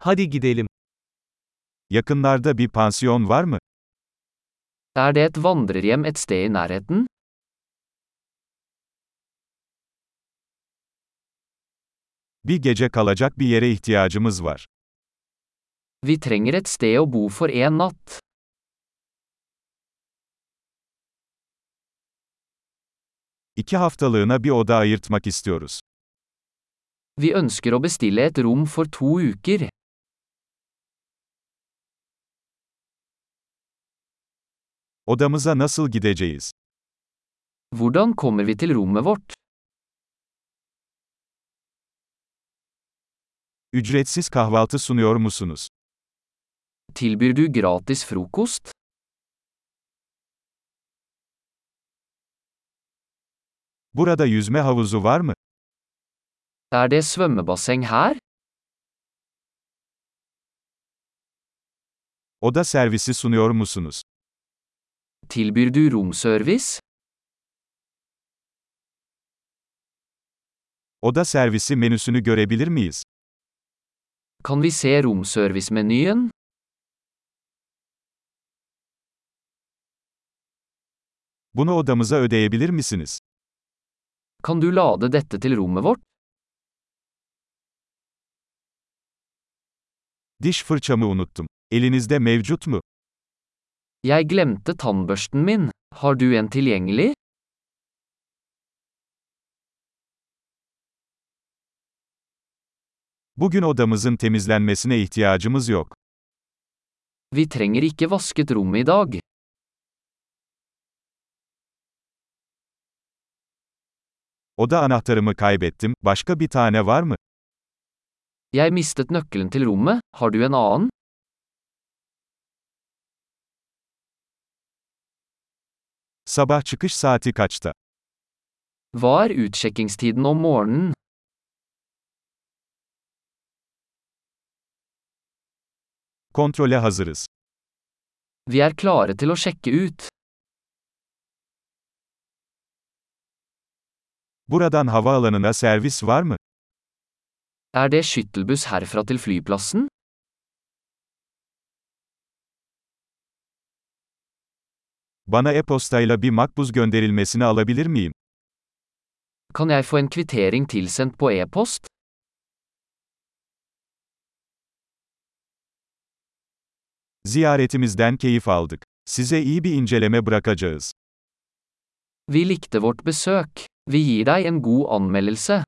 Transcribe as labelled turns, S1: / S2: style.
S1: Hadi gidelim.
S2: Yakınlarda bir pansiyon var mı?
S3: Er det et vandrerhjem et sted i nærheten?
S2: Bir gece kalacak bir yere ihtiyacımız var.
S3: Vi trenger et sted å bo for én natt.
S2: İki haftalığına bir oda ayırtmak istiyoruz.
S3: Vi ønsker å bestille et rom for to uker.
S2: Odamıza nasıl gideceğiz?
S3: Hvordan kommer vi til rommet vårt?
S2: Ücretsiz kahvaltı sunuyor musunuz?
S3: Tilbyr du gratis frokost?
S2: Burada yüzme havuzu var mı?
S3: Er det svømmebasseng her?
S2: Oda servisi sunuyor musunuz?
S3: Tilbyr du romservice?
S2: Oda servisi menüsünü görebilir miyiz?
S3: Kan vi se romservice-menyen?
S2: Bunu odamıza ödeyebilir misiniz?
S3: Kan du lade dette til rommet vårt?
S2: Diş fırçamı unuttum. Elinizde mevcut mu?
S3: Jeg glemte tannbørsten min. Har du en tilgjengelig?
S2: Bugün odamızın temizlenmesine ihtiyacımız yok.
S3: Vi trenger ikke vasket rommet i dag.
S2: Oda anahtarımı kaybettim. Başka bir tane var mı?
S3: Jeg mistet nøkkelen til rommet, har du en annen?
S2: Sabah çıkış saati kaçta?
S3: Hva er utsjekkingstiden om morgenen?
S2: Kontrole hazırız.
S3: Vi er klare til å sjekke ut.
S2: Buradan havaalanına servis var mı?
S3: Er det skyttelbuss herfra til flyplassen?
S2: Bana e-postayla bir makbuz gönderilmesini alabilir miyim?
S3: Kan jeg få en kvittering tilsendt på e-post?
S2: Ziyaretimizden keyif aldık. Size iyi bir inceleme bırakacağız.
S3: Vi likte vårt besøk. Vi gir deg en god anmeldelse.